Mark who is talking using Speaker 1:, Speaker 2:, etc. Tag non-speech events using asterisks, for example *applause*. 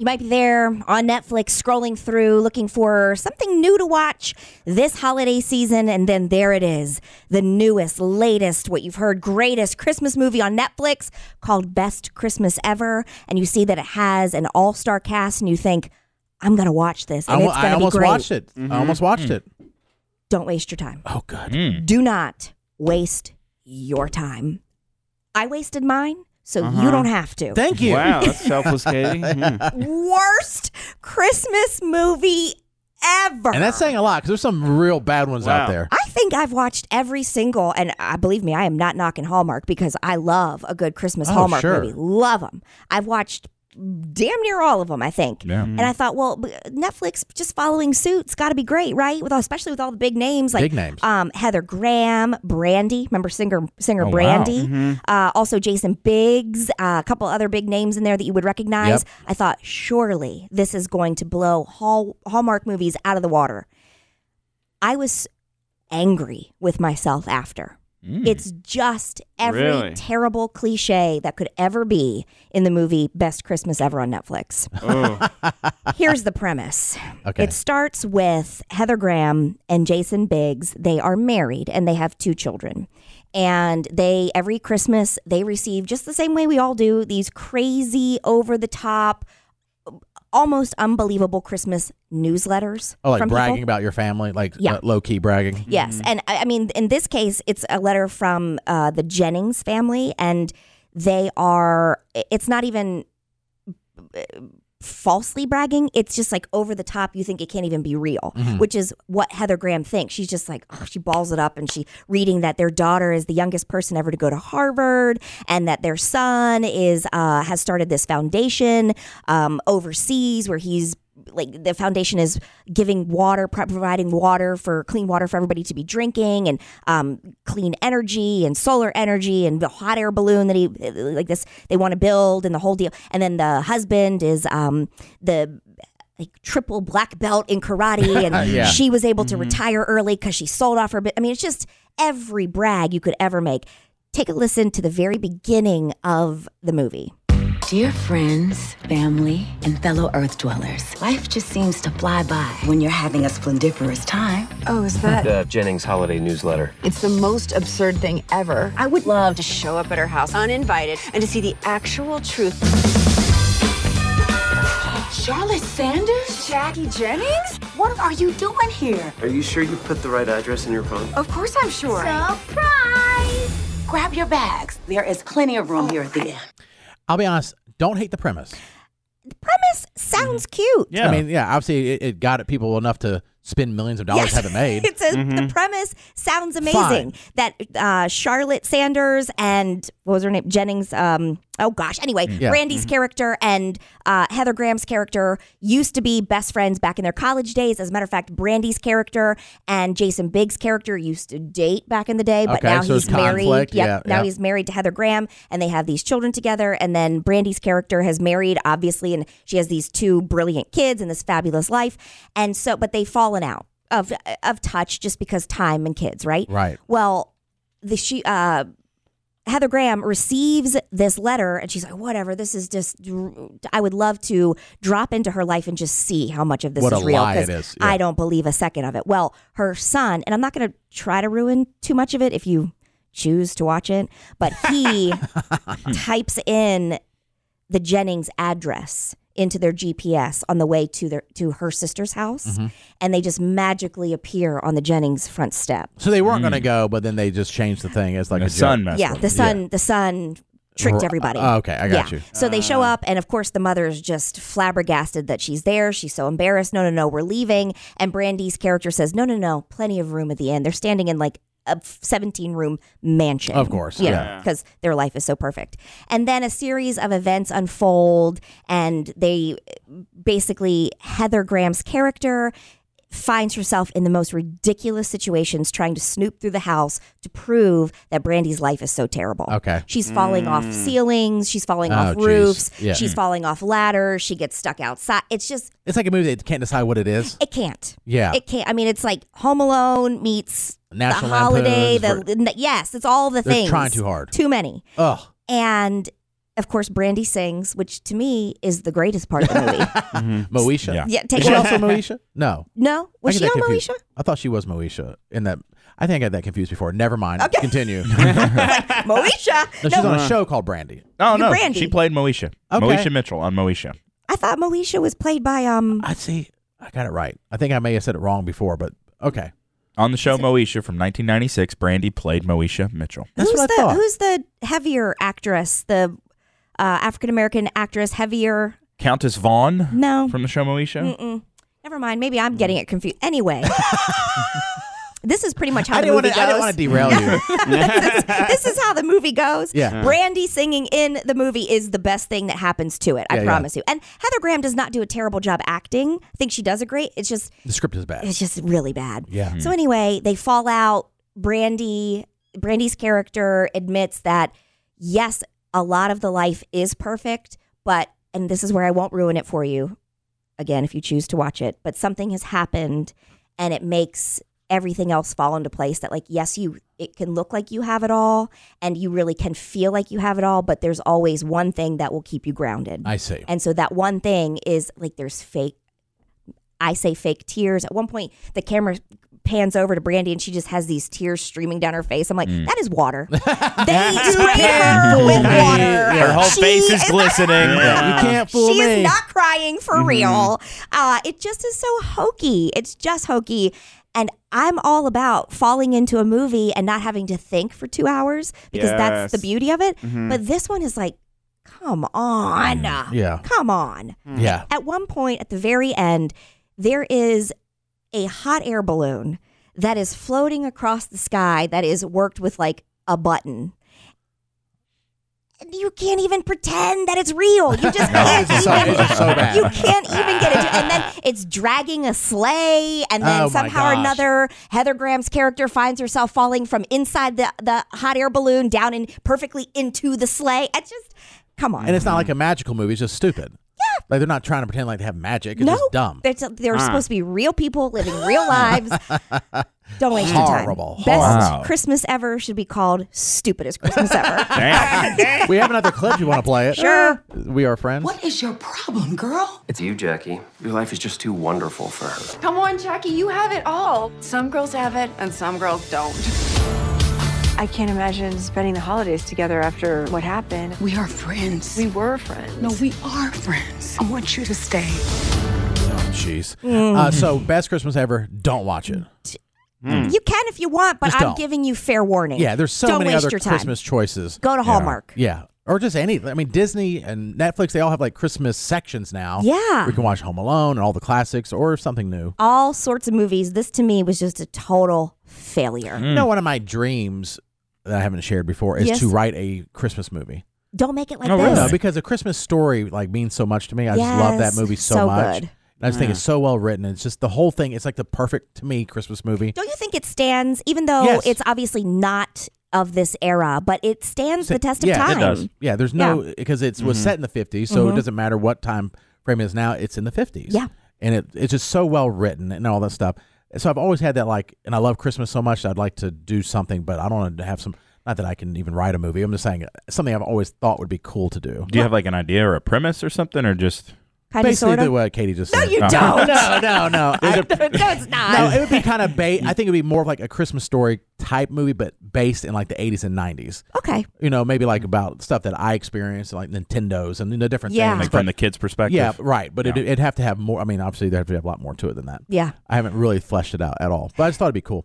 Speaker 1: You might be there on Netflix scrolling through looking for something new to watch this holiday season, and then there it is the newest, latest, what you've heard, greatest Christmas movie on Netflix called Best Christmas Ever. And you see that it has an all star cast, and you think, I'm going to watch this. And
Speaker 2: I,
Speaker 1: it's going to be
Speaker 2: almost
Speaker 1: great.
Speaker 2: watched it. I almost watched it.
Speaker 1: Don't waste your time.
Speaker 2: Oh god.
Speaker 1: Do not waste your time. I wasted mine, so
Speaker 2: Uh-huh.
Speaker 1: you don't have to.
Speaker 2: Thank you.
Speaker 3: Wow, that's selfless, Katie.
Speaker 1: *laughs*
Speaker 3: Mm.
Speaker 1: Worst Christmas movie ever.
Speaker 2: And that's saying a lot because there's some real bad ones out
Speaker 3: Wow.
Speaker 2: there.
Speaker 1: I think I've watched every single, and I believe me, I am not knocking Hallmark because I love a good Christmas
Speaker 2: Oh,
Speaker 1: Hallmark
Speaker 2: sure.
Speaker 1: movie. Love them. I've watched damn near all of them, I think.
Speaker 4: Yeah.
Speaker 2: Mm.
Speaker 1: And I thought, well, b- Netflix just following suit's got to be great, right? With all, especially with all the big names like
Speaker 2: Big names.
Speaker 1: Um, Heather Graham, Brandy, remember singer singer
Speaker 4: Oh, wow.
Speaker 1: Brandy, uh, also Jason Biggs, uh, a couple other big names in there that you would recognize.
Speaker 2: Yep.
Speaker 1: I thought, surely this is going to blow Hall- Hallmark movies out of the water. I was angry with myself after.
Speaker 2: Mm.
Speaker 1: It's just every
Speaker 3: Really?
Speaker 1: terrible cliche that could ever be in the movie Best Christmas Ever on Netflix.
Speaker 3: Oh,
Speaker 1: Here's the premise.
Speaker 2: Okay.
Speaker 1: It starts with Heather Graham and Jason Biggs. They are married and they have two children. And they every Christmas they receive just the same way we all do these crazy over the top almost unbelievable Christmas newsletters
Speaker 2: oh, like
Speaker 1: from
Speaker 2: bragging
Speaker 1: people.
Speaker 2: about your family, like
Speaker 1: Yeah.
Speaker 2: uh, low key bragging.
Speaker 1: Yes, and I, I mean, in this case, it's a letter from uh, the Jennings family, and they are. It's not even uh, falsely bragging. It's just like over the top. You think it can't even be real, which is what Heather Graham thinks. She's just like oh, she balls it up, and she reading that their daughter is the youngest person ever to go to Harvard, and that their son is uh, has started this foundation um, overseas where he's like the foundation is giving water, pro- providing water for clean water for everybody to be drinking, and um, clean energy and solar energy and the hot air balloon that he like this they want to build and the whole deal. And then the husband is um, the like triple black belt in karate, and
Speaker 2: Yeah.
Speaker 1: she was able to retire early because she sold off her. bi- I mean, it's just every brag you could ever make. Take a listen to the very beginning of the movie.
Speaker 5: Dear friends, family, and fellow Earth dwellers, life just seems to fly by when you're having a splendiferous time.
Speaker 6: Oh, is that?
Speaker 7: The Jennings Holiday Newsletter.
Speaker 6: It's the most absurd thing ever.
Speaker 5: I would love to.
Speaker 6: To show up at her house uninvited and to see the actual truth.
Speaker 5: Charlotte Sanders?
Speaker 6: Jackie Jennings?
Speaker 5: What are you doing here?
Speaker 7: Are you sure you put the right address in your phone?
Speaker 6: Of course I'm sure.
Speaker 5: Surprise! Grab your bags. There is plenty of room here at the end.
Speaker 2: I'll be honest. Don't hate the premise.
Speaker 1: The premise sounds cute.
Speaker 3: yeah.
Speaker 2: I mean, yeah, obviously it, it got at people enough to spend millions of dollars have it
Speaker 1: *laughs*
Speaker 2: made.
Speaker 1: It's a, the premise sounds amazing.
Speaker 2: Mm-hmm. Fine.
Speaker 1: That uh, Charlotte Sanders and what was her name Jennings? Um, oh gosh. Anyway,
Speaker 2: Mm-hmm. Yeah.
Speaker 1: Brandy's character and uh, Heather Graham's character used to be best friends back in their college days. As a matter of fact, Brandy's character and Jason Biggs' charter used to date back in the day, but
Speaker 2: Okay,
Speaker 1: now
Speaker 2: so
Speaker 1: he's
Speaker 2: it's
Speaker 1: married.
Speaker 2: conflict.
Speaker 1: Yep,
Speaker 2: Yeah,
Speaker 1: now
Speaker 2: yeah.
Speaker 1: he's married to Heather Graham, and they have these children together. And then Brandy's character has married, obviously, and she has these two brilliant kids and this fabulous life. And so, but they've fallen out of of touch just because time and kids, right?
Speaker 2: Right.
Speaker 1: Well, the she uh Heather Graham receives this letter and she's like, whatever, this is just, I would love to drop into her life and just see how much of this
Speaker 2: What
Speaker 1: is
Speaker 2: a
Speaker 1: real.
Speaker 2: lie it
Speaker 1: 'cause
Speaker 2: is, yeah.
Speaker 1: I don't believe a second of it. Well, her son, and I'm not going to try to ruin too much of it if you choose to watch it, but
Speaker 2: *laughs*
Speaker 1: he types in the Jennings address into their GPS on the way to their to her sister's house
Speaker 2: Mm-hmm.
Speaker 1: and they just magically appear on the Jennings front step.
Speaker 2: So they weren't going to go, but then they just changed the thing. It's like
Speaker 4: the
Speaker 2: a joke.
Speaker 4: sun messed
Speaker 1: yeah,
Speaker 4: with
Speaker 1: the
Speaker 4: it.
Speaker 1: sun the sun tricked
Speaker 2: Ri-
Speaker 1: everybody.
Speaker 2: oh, okay, I got you. Uh.
Speaker 1: So they show up and of course the mother is just flabbergasted that she's there. She's so embarrassed. No, no, no, we're leaving. And Brandy's character says, "No, no, no, plenty of room at the end." They're standing in like a 17 room mansion.
Speaker 2: Of course,
Speaker 1: Yeah.
Speaker 2: yeah.
Speaker 1: Because their life is so perfect. And then a series of events unfold, and they basically, Heather Graham's character finds herself in the most ridiculous situations trying to snoop through the house to prove that Brandy's life is so terrible.
Speaker 2: Okay.
Speaker 1: She's falling off ceilings, she's falling
Speaker 2: Oh,
Speaker 1: off
Speaker 2: geez.
Speaker 1: roofs,
Speaker 2: Yeah.
Speaker 1: she's falling off ladders, she gets stuck outside. It's just,
Speaker 2: It's like a movie that can't decide what it is.
Speaker 1: it can't.
Speaker 2: Yeah.
Speaker 1: It can't. I mean, it's like Home Alone meets
Speaker 2: National
Speaker 1: the holiday.
Speaker 2: Lampoon's
Speaker 1: The, yes, it's all the
Speaker 2: They're
Speaker 1: things.
Speaker 2: trying too hard.
Speaker 1: Too many
Speaker 2: Ugh.
Speaker 1: and Of course, Brandy sings, which to me is the greatest part of the movie.
Speaker 2: *laughs* Moesha.
Speaker 4: Yeah.
Speaker 1: yeah,
Speaker 2: Is
Speaker 1: take
Speaker 2: she
Speaker 1: it *laughs*
Speaker 2: also
Speaker 1: off.
Speaker 2: Moesha? No.
Speaker 1: No,
Speaker 2: I
Speaker 1: was she
Speaker 2: get that
Speaker 1: on
Speaker 2: confused.
Speaker 1: Moesha?
Speaker 2: I thought she was Moesha in that. I think I got that confused before. Never mind.
Speaker 1: Okay. *laughs*
Speaker 2: Continue.
Speaker 1: Moesha.
Speaker 2: No,
Speaker 1: No,
Speaker 2: *laughs* she's on a show called Brandy.
Speaker 4: Oh
Speaker 1: You're
Speaker 4: no,
Speaker 1: Brandy.
Speaker 4: she played Moesha.
Speaker 2: Okay.
Speaker 4: Moesha Mitchell on Moesha.
Speaker 1: I thought Moesha was played by um.
Speaker 2: I see. I got it right. I think I may have said it wrong before, but okay.
Speaker 4: On the show Moesha from 1996, Brandy played Moesha Mitchell.
Speaker 2: That's
Speaker 1: who's
Speaker 2: what I
Speaker 1: the
Speaker 2: thought.
Speaker 1: Who's the heavier actress? The uh, African American actress, heavier.
Speaker 4: Countess Vaughn
Speaker 1: No, Mm,
Speaker 4: from the show Moesha.
Speaker 1: Mm-mm. never mind. Maybe I'm getting it confused.
Speaker 2: *laughs*
Speaker 1: Anyway, this is pretty much how
Speaker 2: I
Speaker 1: the
Speaker 2: didn't want
Speaker 1: movie
Speaker 2: to. I didn't
Speaker 1: goes.
Speaker 2: want to derail
Speaker 1: *laughs*
Speaker 2: you.
Speaker 1: this,
Speaker 2: *laughs*
Speaker 1: is, this is how the movie goes.
Speaker 2: Yeah.
Speaker 1: Brandy singing in the movie is the best thing that happens to it. I
Speaker 2: Yeah, yeah.
Speaker 1: promise you. And Heather Graham does not do a terrible job acting. I think she does a great. It's just
Speaker 2: The script is bad.
Speaker 1: it's just really bad.
Speaker 2: Yeah.
Speaker 1: So anyway, they fall out. Brandy, Brandy's character admits that yes, a lot of the life is perfect, but and this is where I won't ruin it for you again if you choose to watch it, but something has happened and it makes everything else fall into place that like yes, you it can look like you have it all and you really can feel like you have it all, but there's always one thing that will keep you grounded.
Speaker 2: I see.
Speaker 1: And so that one thing is like there's fake. I say fake tears. At one point, the camera pans over to Brandy and she just has these tears streaming down her face. I'm like,
Speaker 4: Mm.
Speaker 1: that is water.
Speaker 4: *laughs*
Speaker 1: They spray her with
Speaker 2: me.
Speaker 1: water.
Speaker 4: Her whole
Speaker 1: She
Speaker 4: face is glistening. Mm-hmm.
Speaker 2: You
Speaker 1: *laughs*
Speaker 2: can't fool
Speaker 1: she
Speaker 2: me.
Speaker 1: is not crying for real. Uh, it just is so hokey. It's just hokey. And I'm all about falling into a movie and not having to think for two hours because that's the
Speaker 3: Yes.
Speaker 1: beauty of it.
Speaker 4: Mm-hmm.
Speaker 1: But this one is like, come on.
Speaker 4: Mm.
Speaker 2: yeah.
Speaker 1: Come on.
Speaker 2: Yeah.
Speaker 1: At one point at the very end, there is a hot air balloon that is floating across the sky that is worked with like a button. And You can't even pretend that it's real. You
Speaker 2: *laughs*
Speaker 1: just can't
Speaker 2: it's so-
Speaker 1: even.
Speaker 2: it's *laughs* so bad.
Speaker 1: You can't even get it. to-
Speaker 2: *laughs*
Speaker 1: And then it's dragging a sleigh, and then
Speaker 2: Oh my
Speaker 1: somehow or
Speaker 2: gosh.
Speaker 1: another, Heather Graham's character finds herself falling from inside the the hot air balloon down and perfectly into the sleigh. It's just, come on.
Speaker 2: And it's not like a magical movie. It's just stupid. Yeah. Like they're not trying to pretend like they have magic. It's just
Speaker 1: *laughs*
Speaker 2: dumb. Ah.
Speaker 1: They're, they're supposed to be real people living real
Speaker 2: *laughs*
Speaker 1: lives. Don't waste
Speaker 2: Horrible.
Speaker 1: your time. Best
Speaker 4: Horrible.
Speaker 1: Christmas ever should be called stupidest Christmas ever.
Speaker 2: *laughs*
Speaker 4: Damn.
Speaker 2: we have another clip. You want to play it? Sure. We are friends.
Speaker 5: What is your problem, girl?
Speaker 7: It's you, Jackie. Your life is just too wonderful for her.
Speaker 6: Come on, Jackie, you have it all. Some girls have it, and some girls don't. I can't imagine spending the holidays together after what happened.
Speaker 5: We are friends.
Speaker 6: We were friends.
Speaker 5: no, we are friends. I want you to stay.
Speaker 2: Oh, Jeez.
Speaker 1: Hmm.
Speaker 2: Uh, so best Christmas ever. Don't watch it.
Speaker 1: You can if you want, but
Speaker 2: Just
Speaker 1: I'm
Speaker 2: don't.
Speaker 1: giving you fair warning.
Speaker 2: Yeah. There's so
Speaker 1: Don't
Speaker 2: many
Speaker 1: waste
Speaker 2: other
Speaker 1: your time.
Speaker 2: Christmas choices.
Speaker 1: Go to Hallmark.
Speaker 2: Yeah. Or just any. I mean, Disney and Netflix, they all have like Christmas sections now.
Speaker 1: Yeah.
Speaker 2: We can watch Home Alone and all the classics or something new.
Speaker 1: All sorts of movies. This to me was just a total failure.
Speaker 4: Mm.
Speaker 2: You know, one of my dreams that I haven't shared before is
Speaker 1: Yes.
Speaker 2: to write a Christmas movie.
Speaker 1: Don't make it like
Speaker 4: Oh,
Speaker 1: this.
Speaker 4: really?
Speaker 2: No, because a Christmas story like means so much to me. I just love that
Speaker 1: Yes,
Speaker 2: movie so,
Speaker 1: so
Speaker 2: much.
Speaker 1: good.
Speaker 2: And I just
Speaker 4: Mm.
Speaker 2: think it's so well written. It's just the whole thing. It's like the perfect to me Christmas movie.
Speaker 1: Don't you think it stands, even though
Speaker 2: Yes.
Speaker 1: it's obviously not of this era, but it stands the test of
Speaker 2: yeah,
Speaker 1: time. Mm-hmm.
Speaker 4: it does.
Speaker 2: Yeah, there's no because it
Speaker 4: Mm-hmm.
Speaker 2: was set in the 50s, so it doesn't matter what time frame it is now. It's in the 50s.
Speaker 1: Yeah.
Speaker 2: and it, it's just so well written and all that stuff. So I've always had that like, and I love Christmas so much. I'd like to do something, but I don't want to have some. Not that I can even write a movie. I'm just saying uh, something I've always thought would be cool to do.
Speaker 4: Do you have like an idea or a premise or something, or just
Speaker 1: Kind of,
Speaker 2: Basically,
Speaker 1: sort
Speaker 2: the
Speaker 1: of.
Speaker 2: way Katie just
Speaker 1: No,
Speaker 2: said.
Speaker 1: you
Speaker 4: Oh.
Speaker 1: don't.
Speaker 2: no, *laughs* no,
Speaker 4: *laughs*
Speaker 2: no. I-
Speaker 1: *laughs* no, it's not.
Speaker 2: no, it would be kind of ba I think it would be more of like a Christmas story type movie, but based in like the 80s and 90s.
Speaker 1: okay.
Speaker 2: You know, maybe
Speaker 4: Mm-hmm.
Speaker 2: like about stuff that I experienced, like Nintendos and the different
Speaker 1: Yeah.
Speaker 2: things.
Speaker 4: like from
Speaker 2: but-
Speaker 4: the kids' perspective?
Speaker 2: yeah, right. But it, it'd have to have more. I mean, obviously, there'd have to have a lot more to it than that.
Speaker 1: Yeah.
Speaker 2: I haven't really fleshed it out at all, but I just thought it'd be cool.